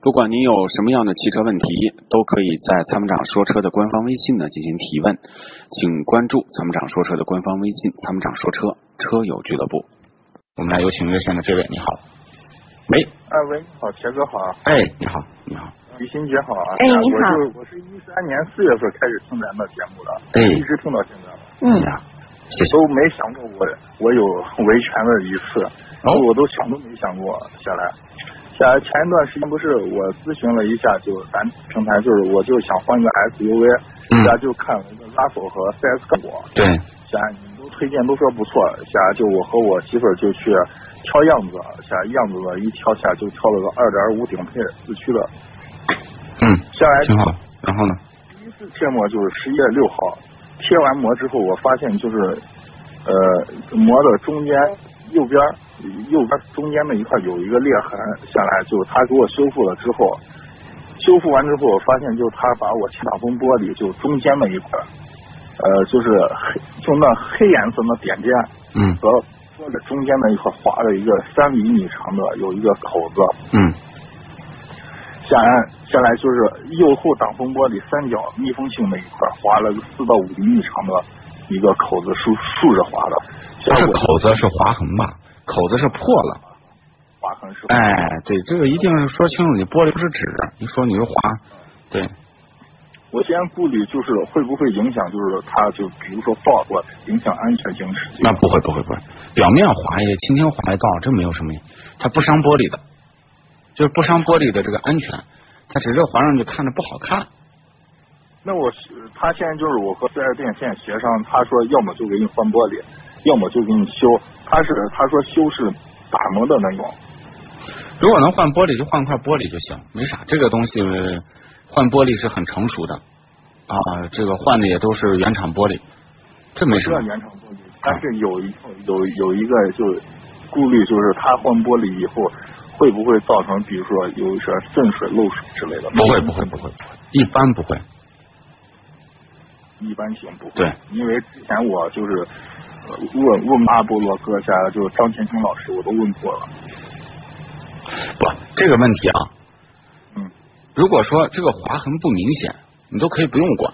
不管您有什么样的汽车问题，都可以在参谋长说车的官方微信呢进行提问，请关注参谋长说车的官方微信“参谋长说车车友俱乐部我们来有请热线的这位，你好。喂，哎喂，你好，田哥好啊，哎，你好，你好，于欣姐好啊。哎你好我就我是一三年四月份开始听咱们的节目的，哎一直听到现在了，嗯你，好，谢谢。都没想过我我有维权的一次，哦我都想都没想过下来。下来前一段时间不是我咨询了一下，就咱平台就是我就想换一个 SUV，嗯下来就看了一个拉索和 CS 杠果，对，下来你们都推荐都说不错，下来就我和我媳妇儿就去挑样子，下来样子呢一挑下来就挑了个二点五顶配四驱的，嗯，下来挺好。然后呢？第一次贴膜就是十一月六号，贴完膜之后，我发现就是，呃，膜的中间右边儿右边儿中间那一块有一个裂痕下来，就是他给我修复了之后，修复完之后，我发现就是他把我前挡风玻璃就中间那一块儿，呃，就是黑就那黑颜色那点点嗯和玻璃中间那一块划了一个三厘米长的有一个口子，嗯下来下来就是右后挡风玻璃三角密封性那一块儿划了个四到五厘米长的一个口子竖竖着划的，不下是我口子是划痕吧？口子是破了。划痕是吧哎，对，这个一定是说清楚，你玻璃不是纸，啊一说你就划。对，我先顾虑就是会不会影响，就是它就比如说爆过影响安全行驶。那不会不会不会，表面划也轻轻划一道，这没有什么，它不伤玻璃的，就是不伤玻璃的这个安全，它只是划上去看着不好看。那我是他现在就是我和四 S 店现在协商，他说要么就给你换玻璃，要么就给你修。他是他说修是打磨的那种，如果能换玻璃，就换块玻璃就行，没啥。这个东西呃换玻璃是很成熟的啊，这个换的也都是原厂玻璃，这没什知道么。原厂玻璃，但是有一有有一个就顾虑，就是它换玻璃以后会不会造成，比如说有一些渗水、漏水之类的？不会不会不会不会，一般不会。一般性不会。对，因为之前我就是呃问问阿波罗哥下来，就是张前清老师，我都问过了。不，这个问题啊，嗯如果说这个划痕不明显，你都可以不用管，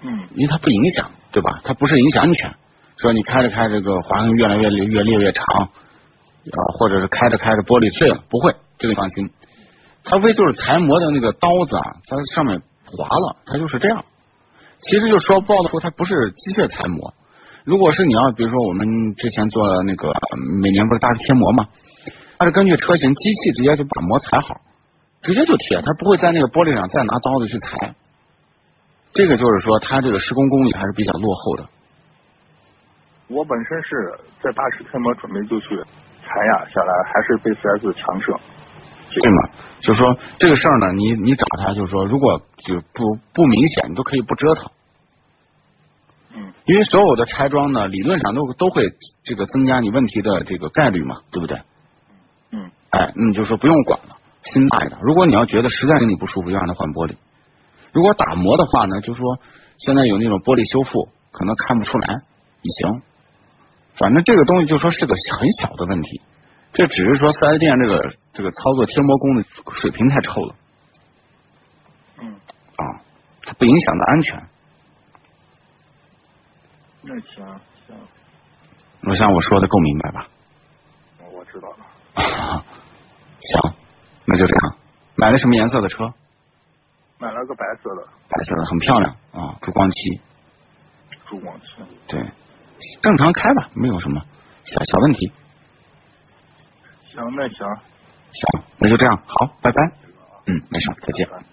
嗯因为它不影响，对吧？它不是影响安全。说你开着开着这个划痕越来越裂越裂越长，啊，或者是开着开着玻璃碎了，不会，这个你放心。它为就是裁磨的那个刀子啊，它上面划了，它就是这样。其实就说暴露出它不是机械裁磨。如果是你要比如说我们之前做那个每年不是大贴膜嘛，它是根据车型机器直接就把膜裁好，直接就贴，它不会在那个玻璃上再拿刀子去裁。这个就是说，它这个施工工艺还是比较落后的。我本身是在大石推磨准备就去采呀，下来还是被 4S 强势。对吗？就是说这个事儿呢，你你找他，就是说如果就不不明显，你都可以不折腾，嗯因为所有的拆装呢，理论上都都会这个增加你问题的这个概率嘛，对不对？嗯，哎，那你就说不用管了，心大一点。如果你要觉得实在心里不舒服，就让他换玻璃。如果打磨的话呢，就说现在有那种玻璃修复，可能看不出来也行。反正这个东西就说是个很小的问题，这只是说四 S 店这个这个操作贴膜工的水平太臭了。嗯，啊，它不影响的安全。那行行，我想我说的够明白吧？ 我知道了。行，那就这样。买了什么颜色的车？买了个白色的白色的，很漂亮啊，珠光漆。珠光漆。对，正常开吧，没有什么小小问题。行，那行，行，那就这样，好，拜拜。嗯，没事，再见。拜拜